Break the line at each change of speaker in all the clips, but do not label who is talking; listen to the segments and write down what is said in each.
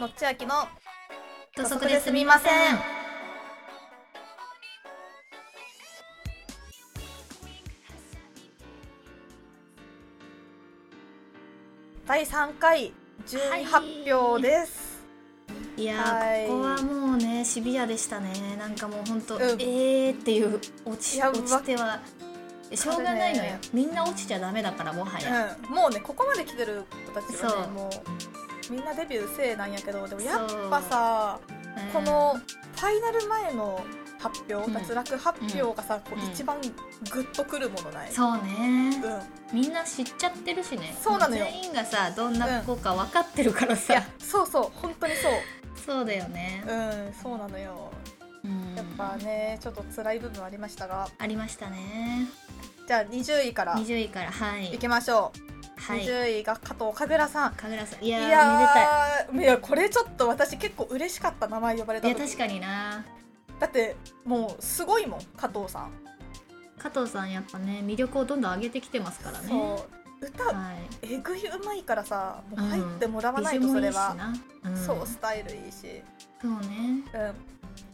のっちあきの
土足ですみません。
第3回順位発表です、
いや
はい
ー、ここはもうね、シビアでしたね。なんかもう本当、
うん
えーっていう
い
落ち
や
落ちては。しょうがないのよ
わか。
みんな落ちちゃダメだからもはや。
うん、もうねここまで来てる子たちは
そう
ねもうみんなデビューせいなんやけどでも
そう
やっぱさ
うん
このファイナル前の発表
うん
脱落発表がさ、こ
うん
う一番グッとくるものない、
そうね
う。ん、
みんな知っちゃってるしね。
そうなのよ
全員がさ、どんな子か分かってるから
い
さ
や。そうそう本当にそう
そうだよね。
うんそうなのよ
うん
やっぱねちょっと辛い部分ありましたが
ありましたね。
じゃあ20位から
20位からはいい
きましょう、
はい。
20位が加藤神楽さん
神楽さんいやー
い
めでた
やーいやこれちょっと私結構嬉しかった名前呼ばれた
いいや
時
確かにな
だってもうすごいもん加藤さん、
加藤さんやっぱね魅力をどんどん上げてきてますからね
そう歌
はい
えぐいうまいからさもう
うん
入ってもらわ
ビ
ない
ジュ
と
も
そ
い
れ
いし
は、
な、うん、
そうスタイルいいし、
そう
う
ね
ん、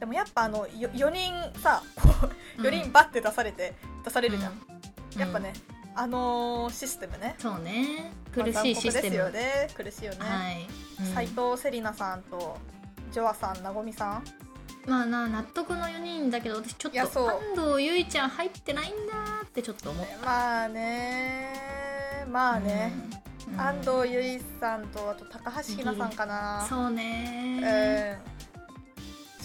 でもやっぱあのよ4人さこう4人バッて出されて、出されるじゃん、
うん
やっぱね、あのーシステムね
そうね苦しいシステム、
まあ残酷ですよね苦しいよね、
はい、うん
斉藤セリナさんとジョアさん、なごみさん
まあな納得の4人だけど私ちょっ
いやそ
と
う
安藤ゆいちゃん入ってないんだーってちょっと思った
まあねまあね、、
うんうん
安藤結衣さんとあと高橋ひなさんかな
そうね
う
ー、
んちょっと
まあち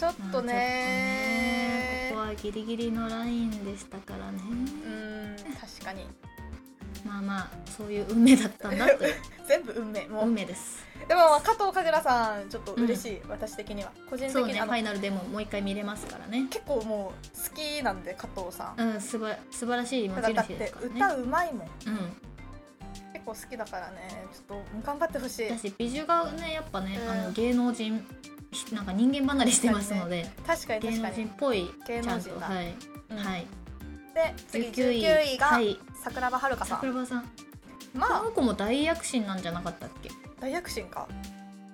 ょっとね
ね
ここはギリギリのラインでしたからね
うん確かに
まあまあそういう運命だったんだという
全部運 命もう
運命です
でも加藤神楽さんちょっと嬉しい、私的には個人的
そう
に、
ね
あ
フ
の
ァイナルでももう一回見れますからね
結構もう好きなんで加藤さん、
うんすば素晴らしい持
ただ
ち
だっ
主で
て
すからね
歌うまいもん
うん
結構好きだからねちょっと頑張ってほしい
だし美女がねやっぱね、
うん
あの芸能人ひなんか人間離れしてますので、
確かに
芸
確か
能人
に
っ、ぽい
芸
ちゃ
能
んと
人だ
はい、
うん
はい
で次19位が、
はい
桜庭遥香さん
桜庭さんこ
まあ
の子も大躍進なんじゃなかったっけ
大躍進か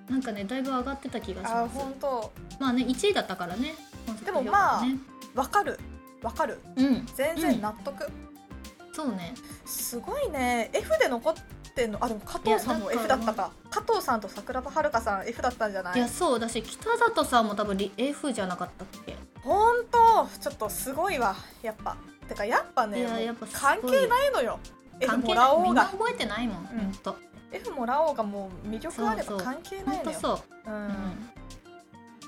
なんかねだいぶ上がってた気がし
あ
ます
本当
まあね1位だったからね
でもまあ
ね
わかるわかる
うん
全然納得、
そうね
すごいね F で残ってんのあでも加藤さんも
いや
F だ
だ
っ
か
た
ら
か加藤さんと桜庭遥香さん F だったんじゃないい
やそうだし北里さんも多分リ F じゃなかったっけ
ほんとちょっとすごいわやっぱてかやっぱね
いや
もう
やっぱすごい
関係ないのよ F
関係
も
な
ら
いみ
おうん
な
が
覚えてないもん、
うん
ほんと
F もらおうがもう魅力あれ
そ
ば
うそう
関係
ほ
なんい
と
のよ
そ
う
う、うんん
い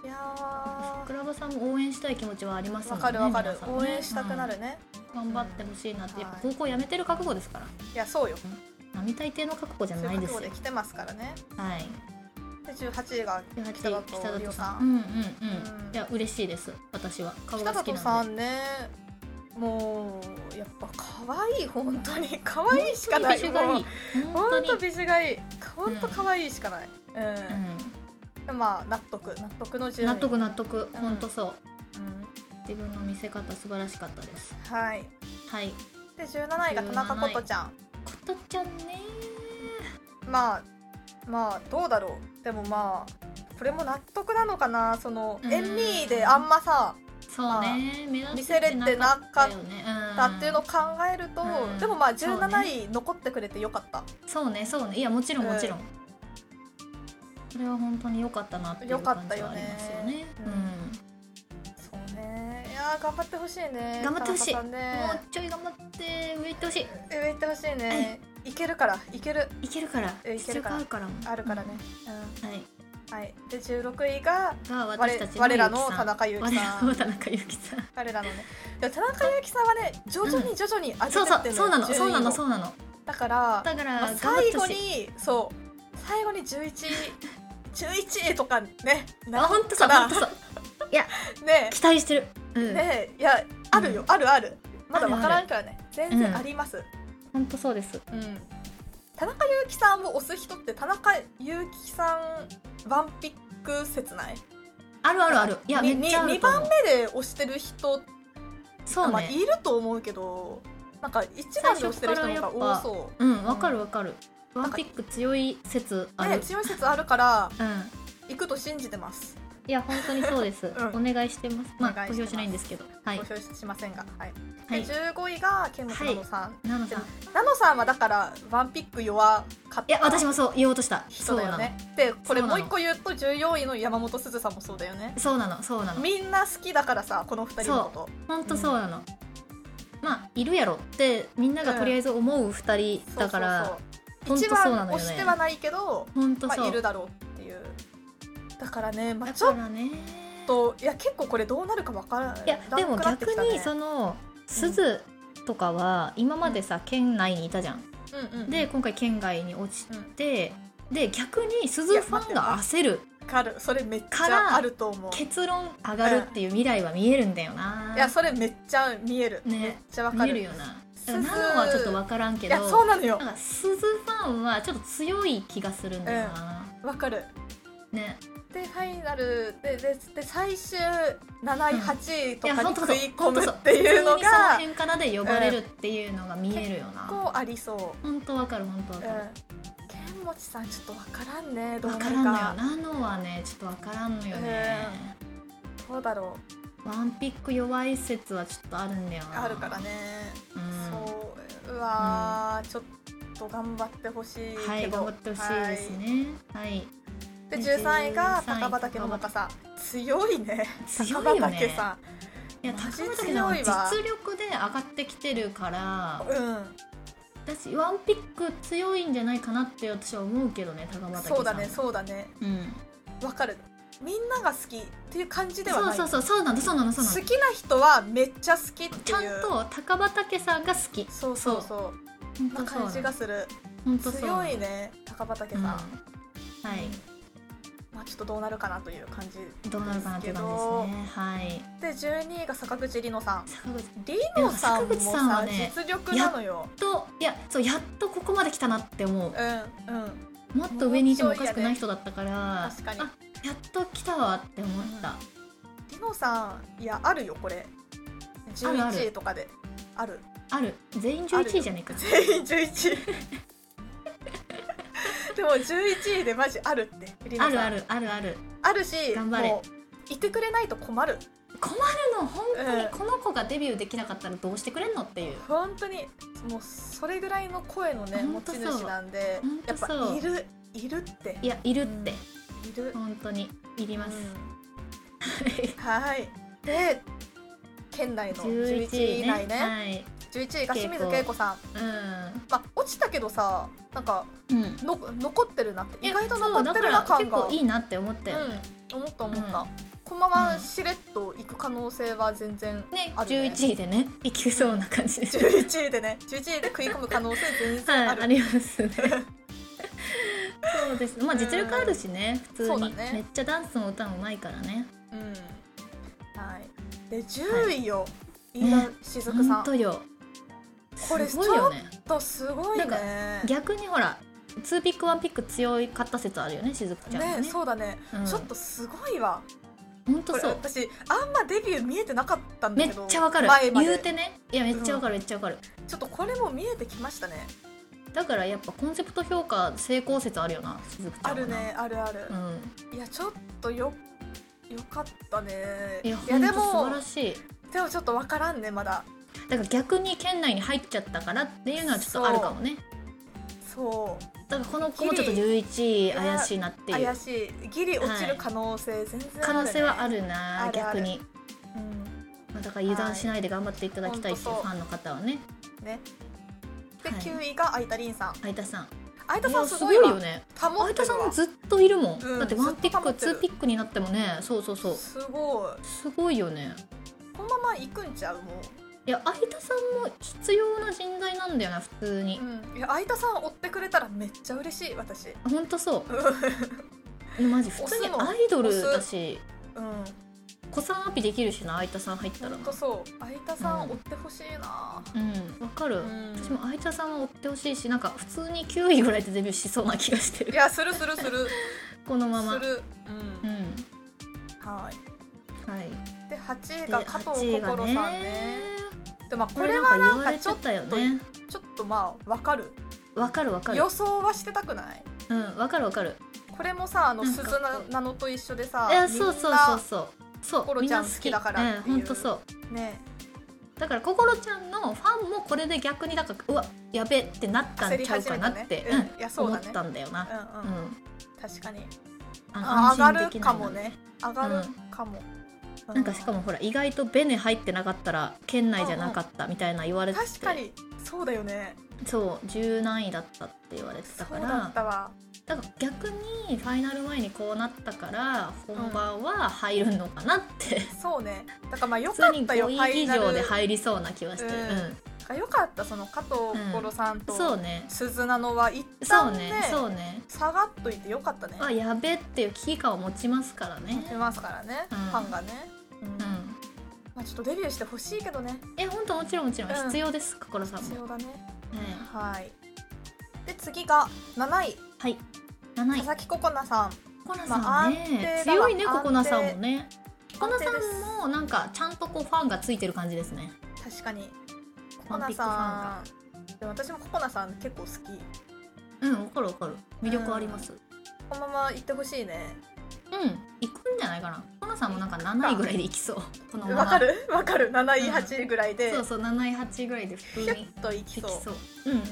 や
桜庭さんも応援したい気持ちはあります
ー
も
わ
んね
かるわかる
皆さんね
応援したくなるね
うん頑張ってほしいなって、
うん
やっぱ高校辞めてる覚悟ですから
いやそうよ
並大抵の覚悟じゃ
そういう
ない
覚悟
ですよ
で来てますからね
はい
で18位が北
18北
里
里
涼
さ
さん
んうんうんうん、
うん
いや嬉しいです私は顔
北
が好き
里
な
さ
んで
んねもうやっぱ可愛い本当に可愛いしかない
美女がいい
もう
本当
本
に
当美女がいい本当可愛いしかないうん、
う
まあ納得納得の
ん、
順位
納得納得
うん
本当そう
うん
自分の見せ方素晴らしかったです
はい
はい
で17位が田中琴ちゃん
ことちゃんね
まあまあどうだろうでもまあこれも納得なのかなその
うん
エンミーであんまさ
そうね、目立
見せれてなかっ
よね
だっていうのを考えると、
うん
でもまあ
そうね
17位残ってくれてよかった、
うんそうねそうねいやもちろん
うん
もちろん、それは本当に良かったなっていう
良か
感
った
じ
よ
はあり
ね
ますよね
うそうねいやー頑張ってほしいね
頑張ってほしい
田中さん
うん、も
ね
うちょい頑張って上行ってほしい
上行ってほしいねいけるからいける
いけるから
えいけ
実
る
力
から
ある
あるか
からも
らね、
はい
うん、はいで16位が
が私た
我
ち
我ら
ゆき
の
さん
田中裕
我
樹さ
らの
ん
田中ゆきさん
我らのねでも田中裕樹さんはね徐々に徐々に上げてって
そうそうそうなの
順位を
そうなのそうなの
だから
だから
まあ
頑張っ
最
て
後
ほしい
にそう最後に11 11位とかね
あ本当そ
か
う
な
本当そう
ね
期待してるうん
ねいやあるよ、
う
あるあるまだ
あるあ
分か
る
らんからね全然あります、
本当そうです
うん田中裕樹さんを推す人って田中裕樹さんワンピック説ない
あるあるあるいやめ
に
っちゃあ
に2
ると思う
番目で推してる人って、
そう
まあ、
ね
いると思うけどなんか一番で推してる人の方が多そう
うんわかるわかるワンピック強い説あ
ね、
る
強い説あるから
うん
いくくと信じてます。
いや本当にそうです、
うん
お願いしてますま
お願
あ
い
公
して
表
ます
しないんですけどはい
ご承知しませんが、はい。
は
で
い
15位がケムスナノさん。
ナノさんい
ナノさんはだからワンピック弱かった。
や私もそう言おうとした
人だよね。でこれもう一個言うと14位の山本すずさんもそうだよね。
そうなのそうなのそうなの
みんな好きだからさこの二人のこと。
本当そうなの、まあいるやろってみんながとりあえず思う2人だか
そ
ら、
うそうそう
ほんとそ
一番
うなのよね
推してはないけど、
本当
ま
そう、
あ、いるだろうっていう。だからね、まあ、
だ
ちょ
か
っ
らね
といや結構これどうなるかわからない。
いやでも逆にそ
の、
の鈴とかは今までさ県内にいたじゃん
うんうん、
で今回県外に落ちて、で逆に鈴ファンが焦る
わかるそれめっち
から
ゃあると思う。
結論上がるっていう未来は見えるんだよない
やそれめっちゃ見える。
ね
めっちゃわか
見え
る。
るよな
鈴
ナノはちょっと分からんけ
い
ど
やそうなのよ
なんか鈴ファンはちょっと強い気がするんだよな、
わかる
ね
でファイナルででで最終7位、
うん
8位と
いや
かに
本当そ
食
う
い込む
本
っ
当
て
そう
いうの
普通にその
が結
辺からで呼ばれるっていうのが見えるよな、
構ありそ
本当わかる本当わ
う、うん
かる、、
剣持さんちょっとわからんねどう
わ
なる
か
から
んのよナノはねちょっとわからんのよね、
どうだろ
ワンピック弱い説はちょっとあるんだよ
う
な
あるからね、
うん
そううわー、ちょっと頑張ってほしいけど、
はい頑張ってほしいですねはい
はいで13位が
13位
高畑桃香さん強いね
強い
高
よ
畑
ね
さ
いや
マジ
高畑さんは
強いわ
実力で上がってきてるから
んうん
私ワンピック強いんじゃないかなって私は思うけどね高畑さん
そうだねそうだね
うん
わかるみんなが好きっていう感じでは
そ
な
う
い
そうそうそうなのそうなのそうなの
好きな人はめっちゃ好きっていう
ちゃんと高畑さんが好き
そうそうそう
本
な
当そう
感じがする
本当そう
強いね高畑さん、
うんは
ま
い
あちょっとどうなるかなという感じ
どうなるかなっていう感じですねはい
で12位が坂口里乃さん
坂口
里乃さんも
でも坂口さん
さ
はね
実力なのよ
といやそうやっとここまで来たなって思う
うんうん
もっと上にいてもおかしくない人だったか
も
ら、
うちょいやね確
あやっと来たわって思った、
里乃さんいやあるよこれ
あるある
11位とかである
ある全員11位じゃねえか
全員11位 でも11位でマジあるって里乃さ
あ
ん
るあるあるある
あるし
頑張れ
もういてくれないと困る
困るの本当にこの子がデビューできなかったらどうしてくれんのっていう
本当にもうそれぐらいの声のね持
本
ち
当そう
主なんで
本
やっ
当そう
ぱいるいるって
いやいるって、
いる、
本当にいります、
うんはいで県内 の
11
11位以
位ね
内ね11位が清水恵子さん、
はい
まあ、落ちたけどさなんか
うんうん
の残ってるなって
い
意
や
外と
そう
残
だ
って
か
るな
ら
感
結
が
構いいなって思ったよね、
うん、思った思った、
うん
このまま
うん
しれっと行く可能性は全然
ね
あるね
11位でねいきそうな感じで
11位でね11位で食い込む可能性全 然
はい
ある、
あり ますねそうですまあ実力あるしね普通
そうだ
に、
ね
めっちゃダンスも歌もうまいからね
うんはい、で10位よ、飯
ね
田しずくさ
本
ん、
当よ
これ
すごいよね
とすごいね
なんか逆にほら2ピック1ピック強いかった説あるよねしずくちゃんは
ね
ね
そうだね、
うん
ちょっとすごいわ
ほんと
これ
そう
私あんまデビュー見えてなかったんだ
め
け
っ
ど
ちゃわかる
前まで
言うてねいやめっちゃわかるめっちゃわかる
ちょっとこれも見えてきましたね
だからやっぱコンセプト評価成功説あるよなしずくちゃ
あ
んは
る
な
ねあるある
う、ん
いやちょっとよよかったね
いやほ
で
んと素晴
も
らしい
でもちょっとわからんねまだ
だから逆に県内に入っちゃったからっていうのはちょっとあるかもね
そう
だからこの子もちょっと11位怪しいなっていう
怪しいギリ落ちる可能性全然ある、ね
可能性はある
あ
な
るある
逆
う
に
ん
まあだから油断しないで頑張っていただきたいっていう
は
フ
い
ァンの方はね
ねで、
はい
9位が相田凛さん
相田さん
相田
い
さ
や
ん
す
す
ご
ご
い
いわ
よね
保っ
相
て
田
る
さん
わ
もずっといるもん、
うん
だってワン
ず
ピッ
っと保
ク
って
ツ
る
ーピックになってもねそうそうそう
すごい
すごいよね
このまま行くんちゃうも
いや相田さんも必要な人材なんだよな普通に
う、うん、いや相田さん追ってくれたらめっちゃ嬉しい私
ほんとそうマジ普通にアイドルだし
うん
子さんアピできるしな相田さん入った
ほ
ら
んとそう相田さ
うんん
追ってほしいな、
うんわかる、
うん
私も相田さんは追ってほしいしなんか普通に9位ぐらいでデビューしそうな気がして
い
る
やするするする
この まます
る、う
うんん
はい
はい
で8位
で
が加藤
8位が
心
ね
さんねでまあこ
これ
れ
は
は
な
なんん
か
か
言われ
ちょ
て
った
よね
ちょっとまあわかる
わかるわかる
予想はしてたくない
うんわかるわかる
これもさあの
なんか
鈴ななのと一緒でさ
いやそうそうそうそうそう
コロ
みん
ちゃ
なん好
好
き
きだからっていう
うん、ほんとそう
うね
だから心ちゃんのファンもこれで逆にだからうわやべってなったんちゃうかなって
焦り始め、たねうんいや
うん
そう
思
だ
っ
ね
たんだよな
う、ん
う
うんん、確かにあ
安
上
心
が
でき
る
な
か
いな
もね上がるかも、う
なんかしかもほら意外とベネ入ってなかったら県内じゃなかったみたいな言われてて
確かにそうだよね
そう10何位だったって言われてた
そ
か
う
ら
だったわ
だから逆にファイナル前にこうなったから本番は入るのかなって、
そうねだからまあよ
普
か
通
っ
に
たよフ
5
ァ
位
イ
以
ナル
上で入りそうな気はしてる、
が良かったその加藤心さん
うん、そ
と
うね
鈴なのは一
そう
旦
ね
ね
そうね
下がっといて良かったね
あやべっていう危機感を持ちますからね
いますからね、
うん
ファンがね、うん
う
まあ、
ん
ちょっとデビューしてほしいけどね
え本当もちろんもちろん
うん
必要です、心さん
必
も、
要だね
はい
はいで次が7位
はい7位
佐々木ココナさん
ココナさん
まあ
ね
安定だわ
強いねココナさんもねココナさ
安定です
んもなんかちゃんとこうファンがついてる感じですね
確かにココ
ワン
ナ
ピックファンが
さんでも私もココナさん結構好き
うんわかるわかる魅力あります
このまま行ってほしいね
うん、行くんじゃないかなココナさんもなんか7位ぐらいで行き そうこのまま
わかるわかる7位
うん
8位ぐらいで
そうそう7位8位ぐらいで普
ピ
通
ュ
に
ッといき
行
そう
きそううんう
う
ん
ん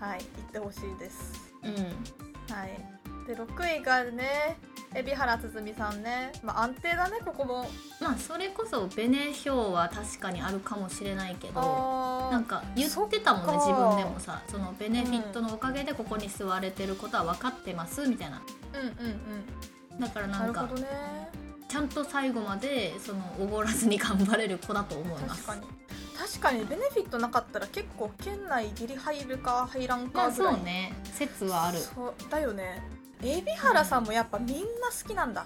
はい行ってほしいです
うん
はいで6位がね海老原つづみさんねまあ安定だねここも
まあそれこそベネ票は確かにあるかもしれないけど
あー
なんか言ってたもんね
そ
自
っか
分でもさそのベネフィットのおかげでここに座れてることは分かってますみたいな
うんうん
だから
うんな
なん
る
か
ほどね
ちゃんと最後までそのおごらずに頑張れる子だと思います
確かに確かにベネフィットなかったら結構県内ギリ入るか入らん
ま
か
あ
ぐらい
そうね説はある
そうだよね海老原さんもやっぱみんな好きなんだ、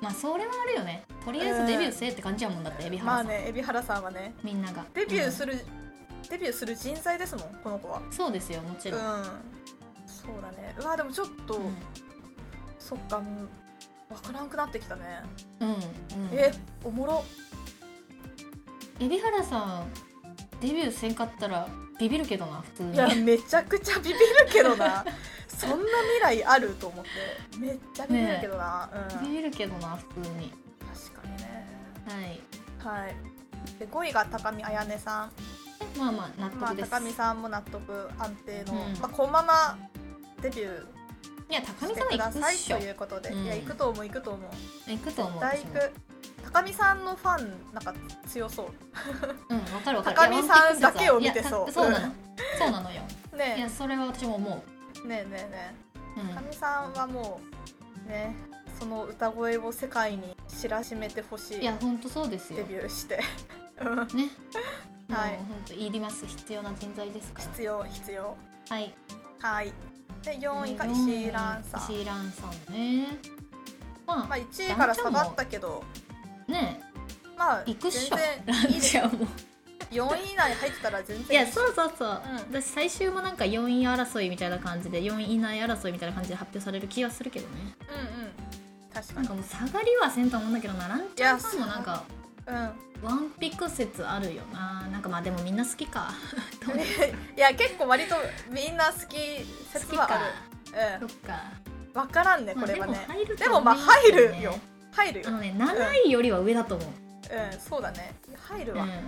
まあそれはあるよねとりあえずデビューせえって感じやもんだってエビハラ
まあ
さん、
ね海老原さんはね
みんなが
デビュー
る、
する、デビューする人材ですもんこの子は
うんそうですよもち
うん
ろん、
そうだねうわでもちょっと、
うん
そっかもう分からんくなってきたね、
うん
えおもろ
エビハラさんデビューせんかったらビビるけどな普通に
いやめちゃくちゃビビるけどなそんな未来あると思ってめっちゃビビるけどな、うん
ビビるけどな普通に
確かにね
はい
はいで5位が高見彩音さん
まあまあ納
まあ、
得です、
高見さんも納得安定の、
うん
まあ、このままデビュ
いや
ー
高
し
見
て
さん
く
は
だ
行くっ
さい
しょ
ということで、
うん
いや行くと思う行くと思う
行くと思う
大
私
行
も
く高見さんのファンなんか強そ
うんわかるわかる
高見さんだけを見て
いや
そう
たそうなのそうなのよ
う
いや
ね
それは私も思
えねえねえね
う、
え
う
高
ん、
見さんはもうねその歌声を世界に知らしめてほしい
いや本当そうですよ
デビューしてうん
ね、
はい
もう本当いります必要な人材ですから
必要必要
はい
はいで4位が石井蘭さん
石井蘭さんねまあ、
まあ1位から下がったけど
ね
まあ
行
全
くっしょ
然いいでしょ
ゃもう
4位以内入ってたら全
い
然
やそうそうそう、
うん
私最終もなんか4位争いみたいな感じで4位以内争いみたいな感じで発表される気がするけどね
うんうん確か
なん
に
かもう下がりはせんと思うんだけどなランチャンさんもなんか
う
ワンピク説あるよななんかまあでもみんな好きか
ん いや結構割とみんな好き
好き
説は
か
ある
そっか、
うん分からんね
ま
こ
あ、
れ
で
は
も
ね
入る
で
と
も
思
まあ
いますよ
入
ね
るよ入るよ
あのね7位よりは上だと思う
うんそうだね入る
う
わ
ん、うん
うん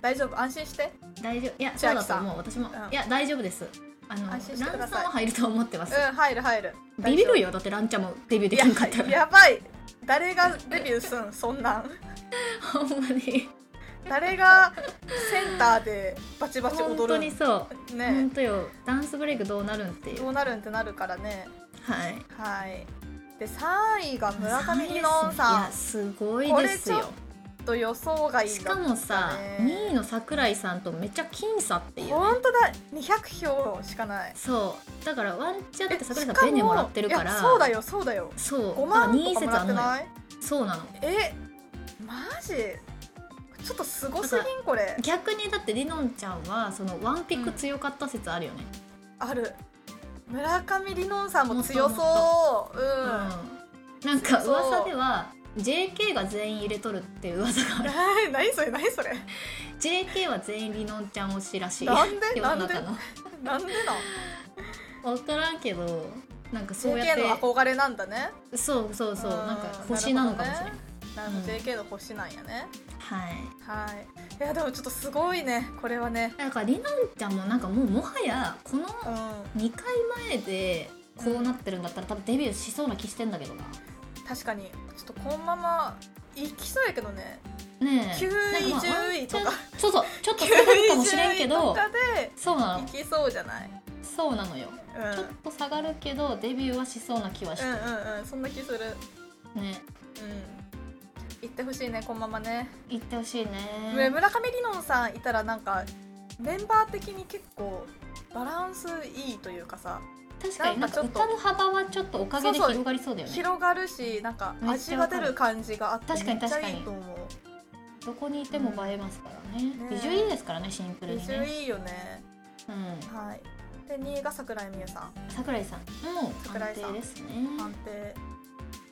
大丈夫安心して
大丈夫いや
千
そう
秋
だと
さん
思う私も、
うん
いや大丈夫ですあのラン
安
さ
心してく
んは
ださい
入ると思ってます、
うん入る入る
ビビる
よ
よだってランちゃんもデビューで
い
きんかった
や
ら
やばい誰がデビューすんそんなん
ほんまに
誰がセンターでバチバチ
本
踊
当
る
にそ
ん
う、本
ね
当よダンスブレイクどうなるんっていう
どうなるんってなるからね
はい
はいで3位が村上ひのん
い
さ
やすごいですよ
これちょっんと予想外
し
だ
かもさ、
ね
2位の桜井さんとめっちゃ僅差っていう
本当だ200票しかない
そうだからワンチャンって桜井
し
さ
か
んベネもらってるから
いやそうだよそうだよ
そう
5万
2
とかも
説
らっ
あん
て
のよ
ない
そうなの
えマジちょっとすごすぎんこれ
逆にだってりのんちゃんはそのワンピック強かった説あるよね、
ある村上りのんさんも強
もっ
そううん、
うんなんか
そう
噂では JK が全員入れとるっていう噂がある
えー 何それ何それ
JK は全員りのんちゃん推しらしい
なんで
世の中の
なんでなん
分からんけどなんかそうや
JK の
っ
憧れなんだね
てそうそうそう
うん
なんか星なのかもしれない、
なるほど
うん
JK の星なんやね、
はい
はいいやでもちょっとすごいねこれはね
なんかりなンちゃんもなんかもうもはやこの
うん
2回前でこうなってるんだったら多分デビューしそうな気してんだけどな
確かにちょっとこのままいきそうやけどね
ねえ
9位
なんかまあ
10位とか
ワンチャンそうそうちょっと
9
下がるかもしれん
位
け
10
ど
位とかで
そうないの
きそうじゃない
そうなのよ
うん
ちょっと下がるけどデビューはしそうな気はし
うんうんうんそんな気する
ね
うん行ってほしいねこのままね、
行ってほしいね
ね村上りのんさんいたらなんかメンバー的に結構バランスいいというかさ
確かになんか
なんかちょっと
歌の幅はちょっとおかげで
そうそう
広がりそうだよね
広がるしなんか
めっち
味
ゃ
が
わか
出
る
る感じがあってめ
確かに
っちゃ
確かに
いいと思う
どこにいても映えますからね
ね
ビジュいいですからねシンプル
ビ
に
ジュ
ね
いいよね
うん
はいで2位が桜井美優さ
桜井さんも
桜
安
井さん
定ですね
ん安定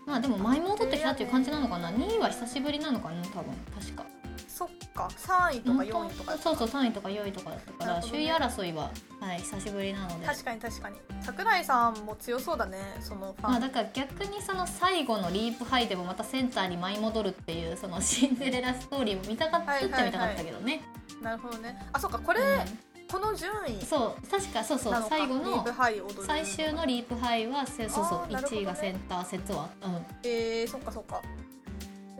まあでも舞も戻ってきたっていう感じなのかな2位は久しぶりなのかな多分確か
そっか3位とか4位とか
そうそう3位とか4位とかだったか
な
ら
るほど
首
ね
位争いははい久しぶりなので
確かに確かに桜井さんも強そうだねそのファン、
まあだから逆にその最後のリープハイでもまたセンターに舞い戻るっていうそのシンデレラストーリーも見たかったっちゃ見たかったけどね、
なるほどねあそっかこれ、この順位
うんそう確かそうそう
なのか
最後
リー
の
ブハイ踊る
最終のリープハイはせそうそう
あーなるほどね
1位がセンター説はう
えー、そっかそっか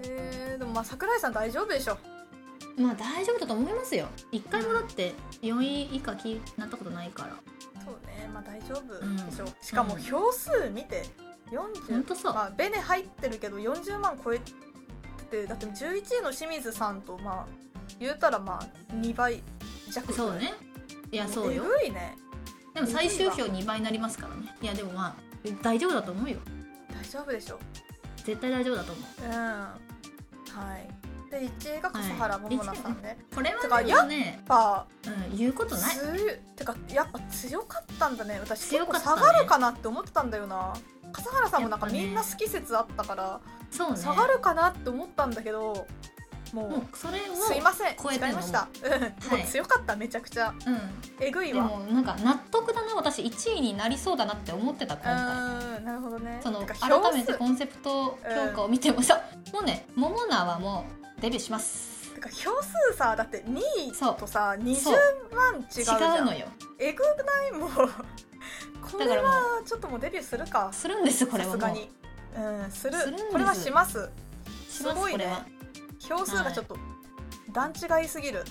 えー、でもまあ桜井さん大丈夫でしょ
んまあ大丈夫だと思いますよ1回もだって4位以下気になったことないから
そうねまあ大丈夫
うん
でしょう、しかも票数見て40
ほんとそう
まあベネ入ってるけど40万超えててだって11位の清水さんとまあ言うたらまあ2倍弱
そうねいやそう
え
よ
ぐいね
でも最終票2倍になりますからねいやでもまあ大丈夫だと思うよ
大丈夫でしょう
絶対大丈夫だと思う
うんはいで1位が笠原桃奈さんね、
これ
てか
はね
やっ
もうね
やっぱ
うん、言うことない
強いてかやっぱ強かったんだね私結
強
構
かった
下
ね
がるかなって思ってたんだよな笠原さんもなんか
やっぱ
み
ね
んな好き説あったから、
そうね
下がるかなって思ったんだけどもう
もうそれを
すいません
超えて
違い
るの
ました、うん
はい
もう強かっためちゃくちゃ
うん
えぐい
で
わ
もなんか納得だな私1位になりそうだなって思ってた
う
今回
ーんなるほどね
その
てか
改
票数
めてコンセプト評価を見てもさ、もうねモモナはもうデビューします
てか票数さだって2
そう
位とさ20
そう
万違う
違
じゃん
うのよ
えぐくない もうこ
だ
れ
からもう
はちょっともうデビューするか
するんですこれ
さ
はも
す
う
がにうんする
するんです
これはします
し
す
ます
ごいね
これは
票数がちょっと段違いすぎる、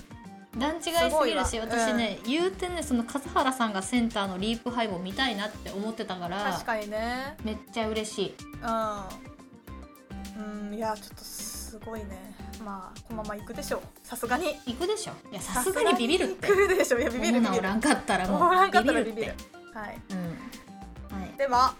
段違いすぎる
す
し
ごいわ
私ね、言うてねその笠原さんがセンターのリープハイも見たいなって思ってたから
確かにね
めっちゃ嬉しい
うん、うん、いやちょっとすごいねまあこのまま行くでしょうさすがに
行くでしょいやさすがにビビるって
さすがに行くでしょいやビビ
モモ
るビ
ナ
ビ
お
る
らんかったら
お
も
らんか
う
ったら
ビ
ビ
ビ
ビ
る
る
って
はい
うんはい
では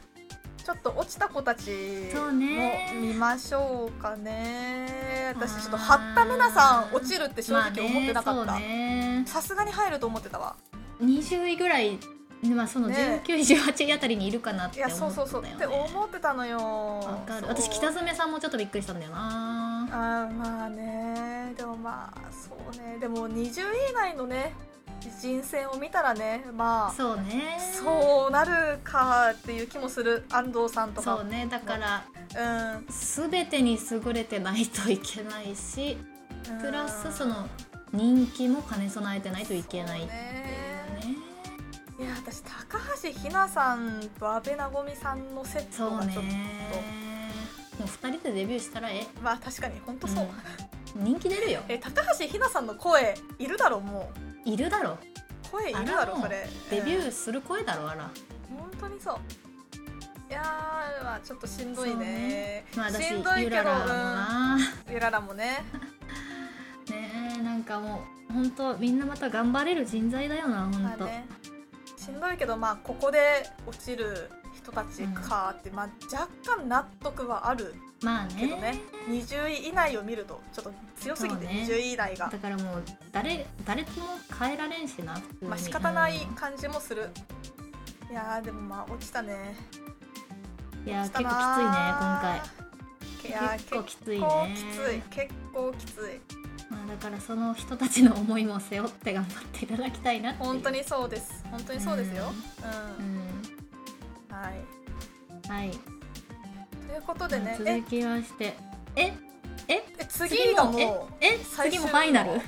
ちょっと落ちた子たち
そうね
も見ましょうかね
あー
私ちょっと八田メナさん落ちるって正直思ってなかっ
まあ
た
ね
さすがに入ると思ってたわ
そうね20位ぐらいまあその19
ね
位、18位あたりにいるかなっ
い
て
や
思
そう
ってた
そ
よ
うそうっ
ね
て思ってたのよ
わかる
そう
私北爪さんもちょっとびっくりしたんだよな
あーまあねでもまあそうねでも20位以内のね人選を見たらねま
そうね
あそうなるかっていう気もする安藤さんとか
そうねだから
うん
全てに優れてないといけないし
うん
プラスその人気も兼ね備えてないといけない
そう
っていう
ね
ね
いや私高橋ひなさんと阿部なごみさんのセッ
そ
ト
う
が
ね
ちょっと、
もう2人でデビューしたらえ
まあ確かに本当そう、
うん人気出るよ
え高橋ひなさんの声いるだろうも
いるだろ
う声いるだろ
あらも
う
う
それ
デビュ
うん
ーする声だろあら
本当にそういやーまあちょっとしんどいね
そうねまあ私
しんどい
ゆ
けど
ららもな
ゆららもね
ねえなんかもう本当みんなまた頑張れる人材だよな
ま
本
あ
当、
ねしんどいけどまあここで落ちる人たちかって、まあ若干納得はある
まあ
け
ね
どね、20位以内を見るとちょっと強すぎて
そうね
20位以内が、
だからもう誰誰とも変えられんしな普通に
まあ仕方ない
うん
感じもする、いやーでもまあ落ちたね
いや
落
結
ちた
構きついね
な
今回
いやー
結構きつ
結
いね
構きつい結構きつい
まあ、だからその人たちの思いも背負って頑張っていただきたいなっていう
本当にそうです本当にそうですよ、うん
うん
はい
はい、
ということでね
続
え
きましてええ
え次がもう
ええ
最
次
終
もファイナル
話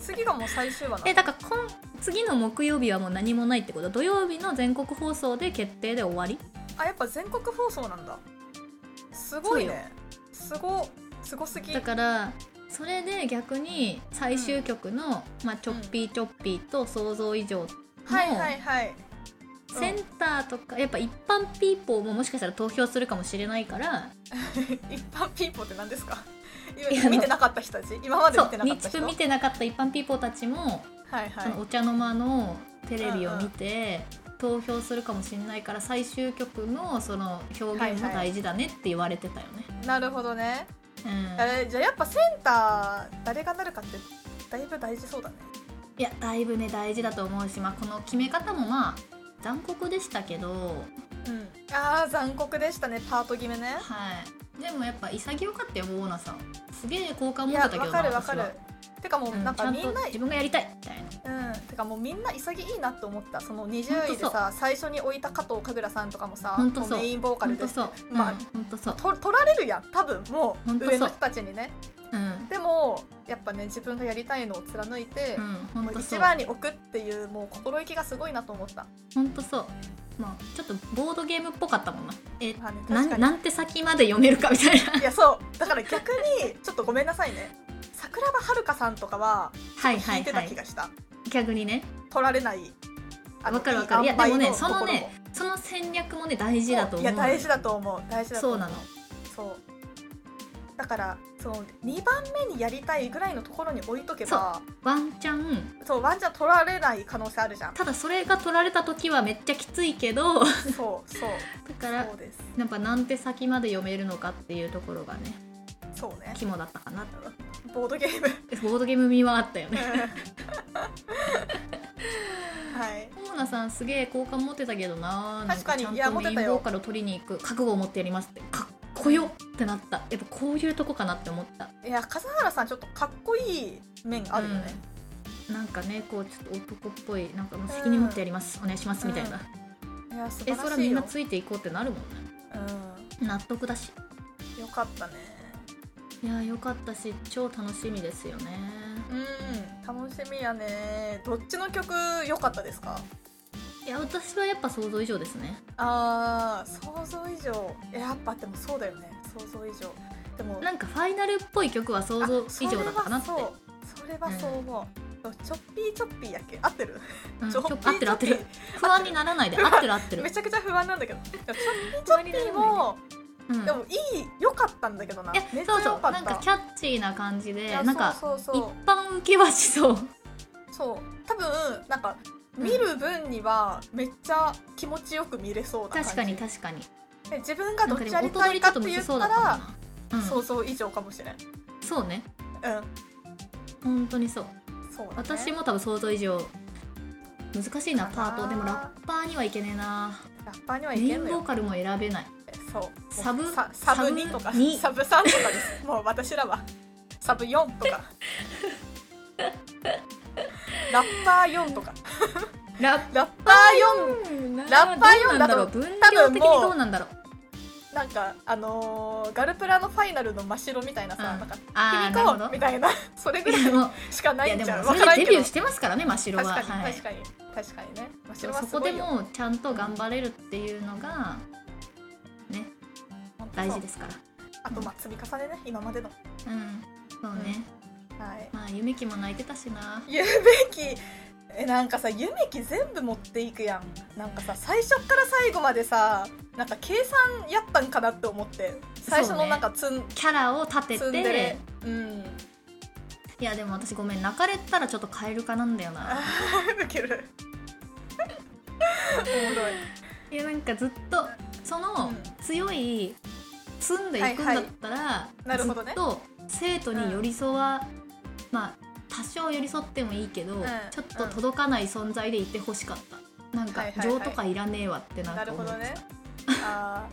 次がもう最終話なの
えだから今次の木曜日はもう何もないってこと土曜日の全国放送で決定で終わり
あやっぱ全国放送なんだすごいねすごすごすぎ
だからそれで逆に最終局の、まあ、チョッピーチョッピーと想像以上の
はいはいはい うん
センターとかやっぱ一般ピーポーももしかしたら投票するかもしれないから
一般ピーポーって何ですか
いやあの
今見てなかった人たち今まで
そう
見てなかった
日
人
分見てなかった一般ピーポーたちも、
はいは
そ
い
のお茶の間のテレビを見て、投票するかもしれないから最終局のその表現も大事だねって言われてたよね。
なるほどね
うん
あれじゃあやっぱセンター誰がなるかってだいぶ大事そうだね
いやだいぶね大事だと思うし、まあ、この決め方もまあ残酷でしたけど、
うんあー残酷でしたねパート決めね
はい、でもやっぱ潔かったよモーナさんすげえ好感
い
持っ
や
て
わ
たけど
かるわ
私
かる
は
てかも
う
うなん
ちゃ
か
ん
み
と
んな
自分がやりたいみたいな
うん、てかもうみんな潔いなと思ったその20位で
ほんと
さ最初に置いた加藤神楽さんとかもさ
ほんとそう
もうメインボーカ
本
ル
当
で
そううん
まあ
本当そう、
と取られるやん多分も
ほん
う
とそう
上の人たちにね
うん
でもやっぱね自分がやりたいのを貫いて
う、ん、本
もう
当そ
一
う
番に置くっていうもう心意気がすごいなと思った、
本当そうまあちょっとボードゲームっぽかったもんなえ
まあね、確か
なん
に
なんて先まで読めるかみたい ない
やそうだから逆にちょっとごめんなさいね桜庭遥香さんとかは
はいは
聞
い
いてた
は
気
い
がした、
逆にね
取られないあの
わかるわかるいや
塩梅
でもね
の
そのね
とこ
その戦略もね大
ろも
事だと思う
いや大事だと思う大事だと
そ
思
う
う
なの
そうだからその2番目にやりたいぐらいのところに置いとけば
ワンチャン
そうワンちゃん取られない可能性あるじゃ ん
ただそれが取られた時はめっちゃきついけどだ
そうそう
から
そうです
やっぱなんて先まで読めるのかっていうところがね
そうね
肝だったかな
ボードゲ ーム
ボードゲーム味はあったよね
はい
モーナさんすげえ好感持ってたけどな
確かに
なん
い
ちゃ
や
んと
持て
メイン
たよ
ボーカルを取りに行く覚悟を持ってやりますってかっこよってなったやっぱこういうとこかなって思った
いや笠原さんちょっとかっこいい面あるよね、
なんかねこうちょっと男っぽいなんかもう責任持ってやります、お願いしますみたいな、
いや素
え
晴ら
それは
し
み
い
んな
よ、
ついていこうってなるもんね納得だし
うん、よかったね
いやよかったし超楽しみですよね
うん楽しみやねどっちの曲良かったですか
いや私はやっぱ想像以上ですね
あー想像以上えやっぱでもそうだよね想像以上でも
なんかファイナルっぽい曲は想像以上だったかなって
あそれはそうそれはそう思う、チョッピーチョッピーやっけ合ってる
うん
チョッピー
合ってる合ってる
チョッ
不安にならないで合ってる合って
ピー
る
めちゃくちゃ不安なんだけど でもチョッピーチョッピ
不安にならない
ーも、
うん
でもいい良かったんだけどない
や
めっち
そう
ゃ
そ
良
う
かった
なんかキャッチーな感じ
い
で
や
なんか
そうそう
一
そう
般受けはしそう
そう多分なんか見る分にはめっちゃ気持ちよく見れそうな感じ
確かに確かに
で自分がど
なん
っ
か
ち
で
やり
も音
た
取
い
り
か
ちょ
っ
ってと
言っ
難しそう
た
だった
ら、
なうん
想像以上かもしれんう
そうね
ん
本当にそう
そうだね、
私も多分想像以上難しいな
か
パ
な
ートでもラッパーにはいけねえな
ラッパーには
メ
い
イ
けん
ン
の
ボー
よ
カルも選べない
そう
サブ
さサブ2とか
サブ 二
サブ3とかですもう私らはサブ4とかラッパー4とか
ラッ
ラッパーラッパー4
どうな
だ
んだろ
と
う分量的にどうなんだろう
4なんかあのーガルプラのファイナルの真っ白みたいなさ、
うん
なんか
ああなる
響
ほ
こ
ど
うみたいなそれぐらい
でも
しかない
や
ん
で
じゃん
もそ
わ
れ
からん
で
け
デビュ
ど
ーしてますからね真白
確
は
かに
はい
確かに確かにね真っ白は
そ
す
こ
ご
で
いよ
もうちゃんと頑張れるっていうのがね
本当そう
大事ですから
あとまあ積み重ねね今までの
うんそうね、
はい
まあ夢きも泣いてたしな
ゆめきえなんかさゆめき全部持っていくやんなんかさ最初から最後までさなんか計算やったんかなって思って最初
そう
の
ね
なんかつん、
キャラを立て
ツン
て
デレ うん
いやでも私ごめん泣かれたらちょっとカエル化なんだよな
あーウケるおもろい
いやなんかずっとその
うん
強い積んでいくんだったら、
なるほどね
ずっと生徒に寄り添わ、まあ多少寄り添ってもいいけど、
ん
ちょっと届かない存在でいてほしかったなんか
はいはいはい
情とかいらねえわってなん
な
か
る
思
ほ
っ
ど
てた、
ねあ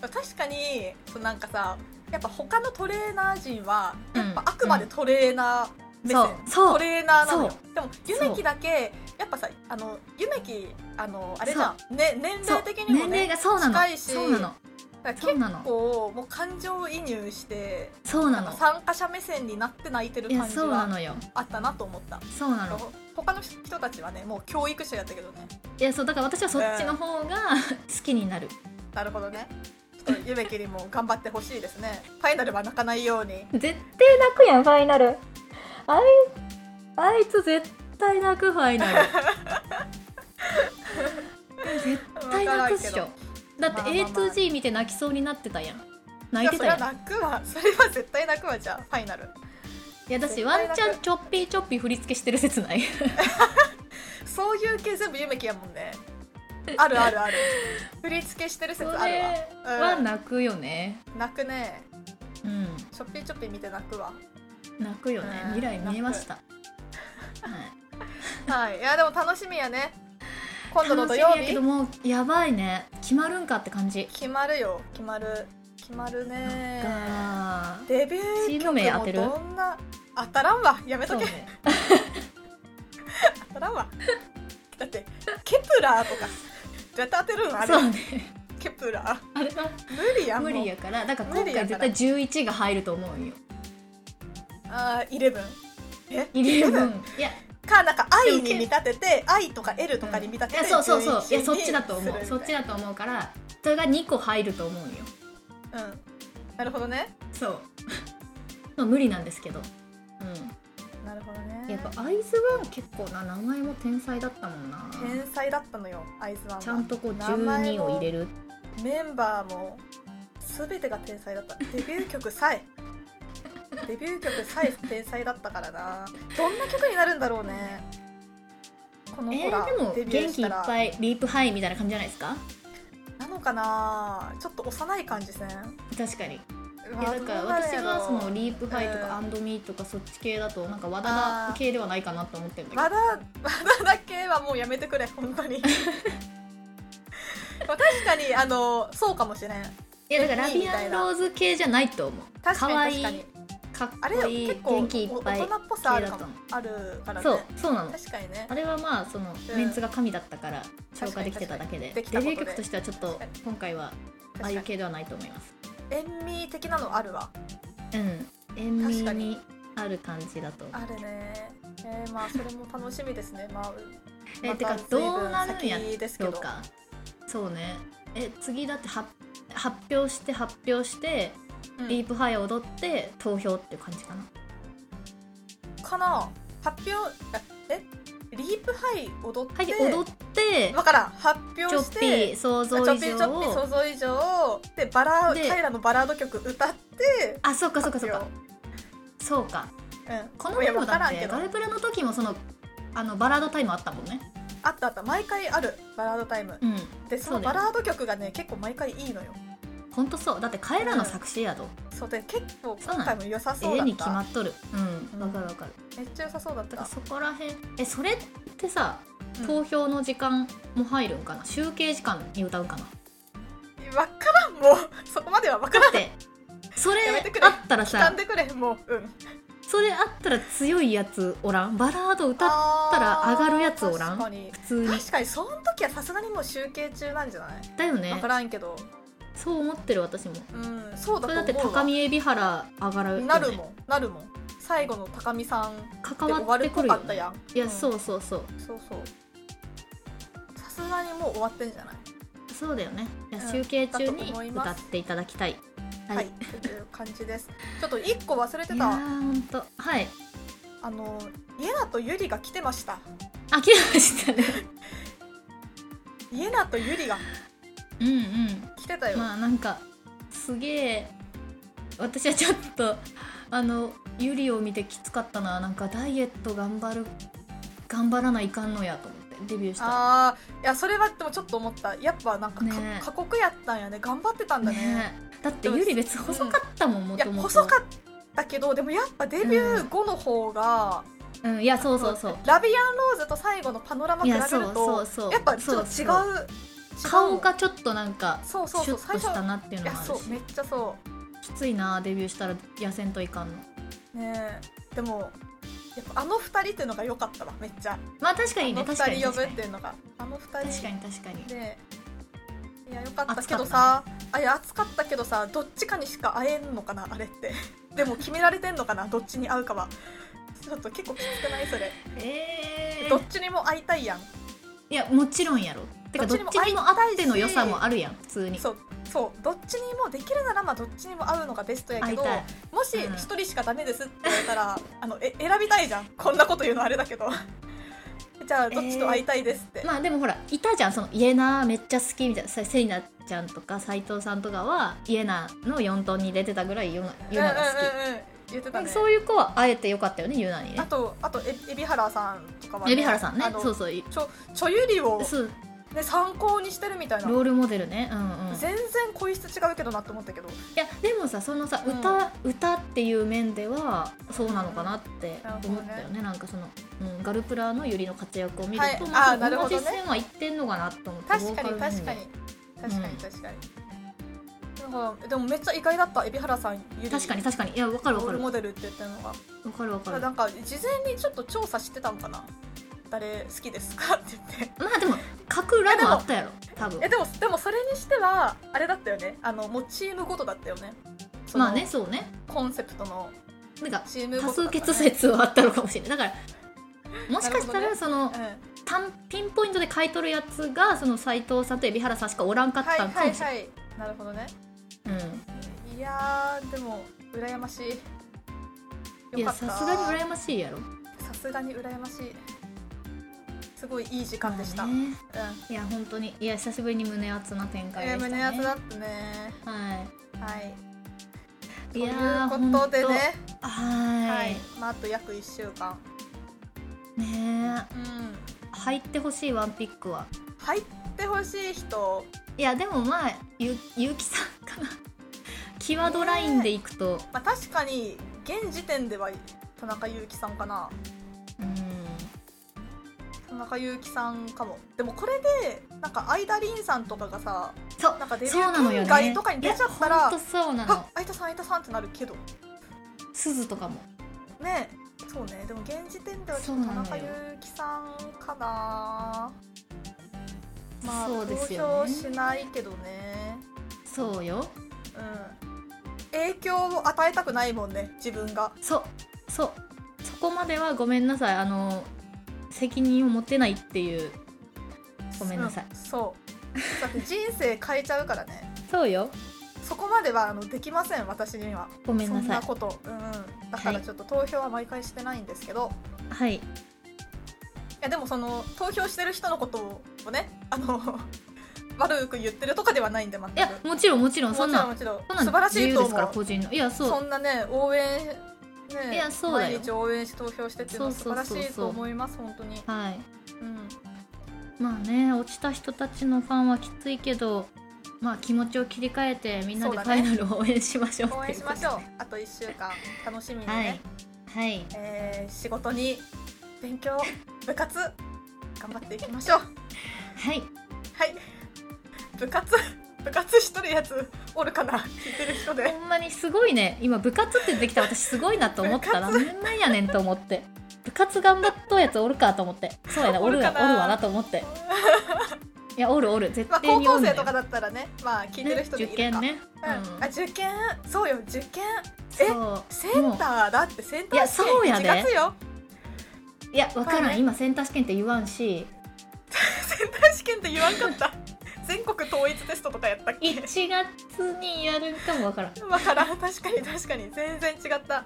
ー確かにそうなんかさやっぱ他のトレーナー陣はやっぱあくまでトレーナー目
そ
線
うそう
トレーナーなのよ
そ
でもゆめきだけやっぱさあのゆめきあのあれじゃん、ね、年
そ
齢
う
的にも
年齢
ね
がそうなの
近いし
そうなの
だか
そ
ら
うなの
結構もう感情移入して
そうな
なんか
の
参加者目線になって泣いてる
いや
感じ
そうな
は
のよ
あったなと思った
そうなの
他の人たちはねもう教育者やったけどね
いやそうだから私はそっちの方が 好きになる
なるほどねちょっとゆめきにも頑張ってほしいです ねファイナルは泣かないように
絶対泣くやんファイナルあいあいつ絶対泣くファイナル 絶対泣くっしょだ
まあ
って
まあまあ
A2G 見て泣きそうになってたやん
い
泣い
や
て
そ
た
れ
や
は
んいや
泣くわそれは絶対泣くわじゃあファイナル
私
絶
ワ
対
ン
泣
チ
く
ャンちょっぴーちょっぴー振り付けしてる説 ない
そういう系全部ゆめきやもんねあるあるある振り付けしてる
そ
説
れ
あるわ
は泣くよね
泣くね
うん
ちょっぴーちょっぴー見て泣くわ
泣くよね
うん
未来見えました、はい
はいいやでも楽しみやね今度の土
楽
曜
しみやけ
日
どもうやばいね決まるんかって感じ
決まるよ決まる決まるね
が
デビュ
チ
ー
ーム名
曲
当
も
てる
どんな当たらんわやめ
そ
と
う
け、
ね
当たらんわ だってケプラーとか絶対当てるんあれ
そうね
ケプラー
あれは
無理やもう
無理やからだから今
無理
回
やか
絶
ら
対11が入ると思うんよ
あイレブンえ
11いや
かなんか愛に見立てて愛とか L とかに見立て
いや
て、
そうそうそういやそっ
11
ちだと思う
にす
そ
る
っ
み
ち
たい
だと思うからそれが2個入ると思うんよ
なうんなるほどね
そう まあ無理なんですけどうん
なるほどね
やっぱアイズワン結構な名前も天才だったもんな
天才だったのよアイズワンは
ちゃんとこう
名前
12
も
を入れる
メンバーも全てが天才だったデビュー曲さえ デビュー曲さえ天才だったからなどんな曲になるんだろうねこの
え
子
ー
が
でも
デ
元
ビューし
気い
た
っ
ら、
ぱいリープハイみたいな感じじゃないですか
なのかなちょっと幼い感じせんい
確かにいやだから私はそのリープハイとかアンドミーとかそっち系だとなんか和田
あ
が
ー
系ではないかなと思ってるんだけど
まだまだだけはもうやめてくれ本当に まあ確かにあのそうかもしれん
いやだからラ
LP
ビ
みた
ア
い
ン
な
ローズ系じゃないと思う
確
可
かに確
愛い
かに
かっ
あれ
こ
よ
いい
結構
元気いっ
お
ぱ
大
い
人っぽさあるか
系だ
も
っ
あるからね
そうそうなの
確かにね
あれはまあその
うん
メンツが神だったから消化できてただけでデ
確
ビ
かにでき
ュー
たことで
曲としてはちょっと
確か
今回はああ
確
い
かに
う系ではないと思います
塩味的なのあるわ
うん塩味
確かに
にある感じだと思う
あるねえー、まあそれも楽しみですねまあ
え
ま
て
た
かどうなるんや
随分先ですけ
そ
ど
うかそうねえ次だっては発表して発表して
うん
リープハイを踊って投票っていう感じかな
かな発表あえリープハイ踊って、
はい踊って
わからん発表
ちょっ
し
ぴ
て
ー想
あ
像
ちょっ
以
ぴー
上
ちょっぴー
を
想像以上でバラ
で
平のバラード曲歌って
あそうかそうかそうか
発
そうか
表うん
この
い
メ
や
モ
わ
だ
から
っ
んけ
て
ど
ガルプラの時もそのあのバラードタイムあったもんね
あったあった毎回あるバラードタイム
うん
でそ
そ
の
うだよ
バラード曲がね結構毎回いいのよ
ほんとそうだって彼らの作詞やと、
そうで結構
そう
今
なの
回も良さそう
絵
だっ
に決ま
た
っとるうんわかるわかる
めっちゃ良さそうだっ
だから
た
そこらへんえそれってさ
うん
投票の時間も入るんかな集計時間に歌う かな
わからんもうそこまではわからん
でそれ
やめてくれ
あったら
掴
さ
んでくれもううん
それあったら強いやつおらんバラード歌っ
あ
たら上がるやつおらん
確かに
普通に
確かにその時はさすがにもう集計中なんじゃない
だよ
わ
ね
からんけど
そう思ってる私も
うんそう
それ
だ
だっ
と
て
思う
高
わ
見海老原上がるよね
なるもんなるもん最後の高見さんで
関
終
わ
わ
っ
る
て
っ
く
ぽ
る
か
よ
った
ね
やん
いや
うん
そうそうそう
そうそうさすがにもう終わってんじゃない
そうだよねいや
うん
集計中
だと
に
思います
歌っていただきたい
はい、という感じですちょっと一個忘れて
いや
た
ーほんとはい
あのイエナとユリが来てました
あきれまし たね
イエナとユリが
うん
来てた
う
よ、
んまあなんかすげえ私はちょっとあのゆりを見てきつかったななんかダイエット頑張る頑張らないかんのやと思ってデビューしたら
あーいやそれはでもちょっと思ったやっぱなんかか
ねえ
過酷やったんやね頑張ってたんだね
ねえだってゆり別に細かったもんも
いや
ともと
細かったけどでもやっぱデビュー後の方が、
うんいやそうそうそう
ラビアンローズと最後のパノラマ
い
比べ
や
ると
そうそうそう
やっぱちょっと違
そううそう
違う
顔がちょっとなんか
そうそう
シ
そ
ュ
う
ッとした
い
なっていうの
や
もあ
そ
る
うめ
し
っちゃそ
きついなデビューしたら痩せんといかんの
うねえでもやっぱあの二人っていうのが良かったわめっちゃ
まあ確か
あ
に
の
ね
二
確かに
人呼
確
ぶ
か
っ
に
ていうのがあの二
確
人
かに確かに
でいや良かったけどさあいや暑かったけどさどっちかにしか会えんのかなあれって でも決められてんのかなどっちに会うかはちょっと結構きつくないそれ
え
どっちにも会いたいやん
いやもちろんやろてか
ど
ど
っ
っ
ち
ち
にも
にもあって
会い
の
たい
良
し
さもあるやん普通に
そうそうどっちにもできるならまあどっちにも会うのがベストや
会
け
い
ど
たい
もし
うん
一人しかダメですって言われたら、 あのえ選びたいじゃんこんなこと言うのあれだけど じゃあどっちと会いたいですって、
まあでもほらいたじゃんそのイエナーめっちゃ好きみたいなさセリナちゃんとか斎藤さんとかはイエナの4トンに出てたぐらいユナユナが好き、
うんうんうんうん言ってたね
そういう子はあえて良かったよねユナに
あ
ね
とあとえ海老原さんとかは、
海老原さんね
あの
そうそうい
ちょちょゆりを、
そう
ね、参考にしてるみたいな
ロールモデルねうんうん
全然声質違うけどなって思ったけど
いやでもさそのさ、
うん
歌歌っていう面ではそうなのかなって思ったよね、なんかその、うん、ガルプラのユリの活躍を見ると、
はい
ま
あーなるほ
同
ど
じ
ね
線はいってんのかなと思って
確か
ボ
に
ーカル
確
面
か
で
に確かに確かに、なんかでもめっちゃ意外だった海老原さんゆり
確かに確かにいやわかるわ
ロー
か
ル
る
モ
わ
デルって言ったのが
かるわかる
な
ま
んか事前にちょっと調査してたんかな誰好きですかって言って
あでも書く欄もあったやろ多分
えでもでもそれにしてはあれだったよねあのもうチームごとだったよねその
まあねそうね
コンセプトの
なんか
チームご
多
とだ
数
ったね、
決説はあったのかもしれないだからもしかした
なるほどね
らその、
うん
単ピンポイントで買い取るやつがその斎藤さんと海老原さんしかおらんかっ
はい
たんか
はい
もしれない、
はいなるほどね
うん
いやーでも羨ましい
い
よか
や
った
さすがに羨ましいやろ
さすがに羨ましいすごいいい時間でした、
まあね
う
いや本当にいや久しぶりに胸熱な展
ん
開
い
で
や
したね
胸熱だったね
は
はい
い
と
い
い
や
う
ー
ことでね
本当はい
はい、まあ、あと約1週間、
ね
うん、
え入ってほしいワンピックは
入ってほしい人
いやでもまあゆゆきさんかな際どラインでいくと、
まあ、確かに現時点では田中裕樹さんかな
うん
田中裕樹さんかもでもこれでなんか相田凛さんとかがさ
そう
なんかデビュ
そうなの
ー
よ
圏
ね
外とかに出ちゃった
いや
ら、
ほんとそうな
あ
の
相田さん相田さんってなるけど
鈴とかも
ねそうねでも現時点ではちょっと
そ
田
うなのよ
中裕樹さんかなまあ
そうですよね
投票しないけどね
そうよ
うん影響を与えたくないもんね自分が
そうそうそこまではごめんなさいあの責任を持てないっていうごめんなさい
うんそうだって人生変えちゃうからね
そうよ
そこまではあのできません私には
ごめんな
そん
さ
ないこと、うんうん、だから
はい
ちょっと投票は毎回してないんですけど、い、
はい
やでもその投票してる人のことをねあの 悪く言ってるとかではないんで全く
いやもちろんもちろんそんな
もちろんもちろ
そん
ん
なん
素晴らしい
自由
と
ですから
思う
個人のいや
そ
そうん
なね応援ね
いやそうだよ
毎日応援して投票してっていうのは素
そう
晴
そ
ら
う
し
そうそ
いと
う
思います本当に、
はい
うん、
まあね落ちた人たちのファンはきついけどまあ気持ちを切り替えてみんなで
そ
フ
うだ
ァ
ね
イナルを応援しましょう
応援しましょう
ってい
あと1週間楽しみに
う
ね、
ことではいはい
えー仕事に勉強部活頑張っていきましょう
はい
はい。部活、 部活しとるやつおるかな聞いてる人で。
ほんまにすごいね今部活ってできた私すごいなと思ったら
部
何年前やねんと思って部活頑張っとうやつおるかと思ってそうやなおるわ
おるかな
おるわなと思 っていやおるおる絶
まあ、
対
高
にお
校
るんだ
生と
よ
かだったらね、まあ聞いてる人で
ね
い
受
るか。
験ね、
うん。あ、受験、そうよ、受験。え
そう
センターだってセンタ
い
ー
や
試
そうや
験
で
1月よ。
いや分からん、
まあね
今センター試験って言わん し
センター試験って言わんかった。 全国統一テストとかやったっ
1
け
月にやるんかも分からん
わからん確かに確かに全然違った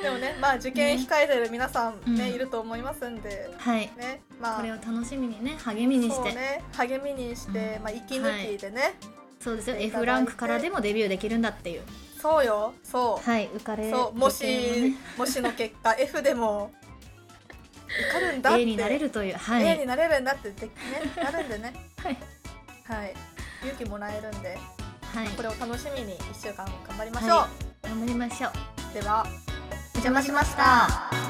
でもねまあ受験控えてる皆さんね
うん
いると思いますんで
はい
ねまあ
これを楽しみにね励みにして
そ
そうう,、
ね励みにして、
うん
まあ息抜きでね、
です
いた
よ
だいて
F ランクからでもデビューできるんだっていう
そうよそう
はい浮かれ
そうもし、
女性のね
もしの結果 F でも受かるんだって
A になれるというはい、
A になれるんだってでねなるんでね
はい
はい勇気もらえるんで
はい
これを楽しみに1週間頑張りましょう、
はい頑張りましょう
ではお
お
邪魔しました。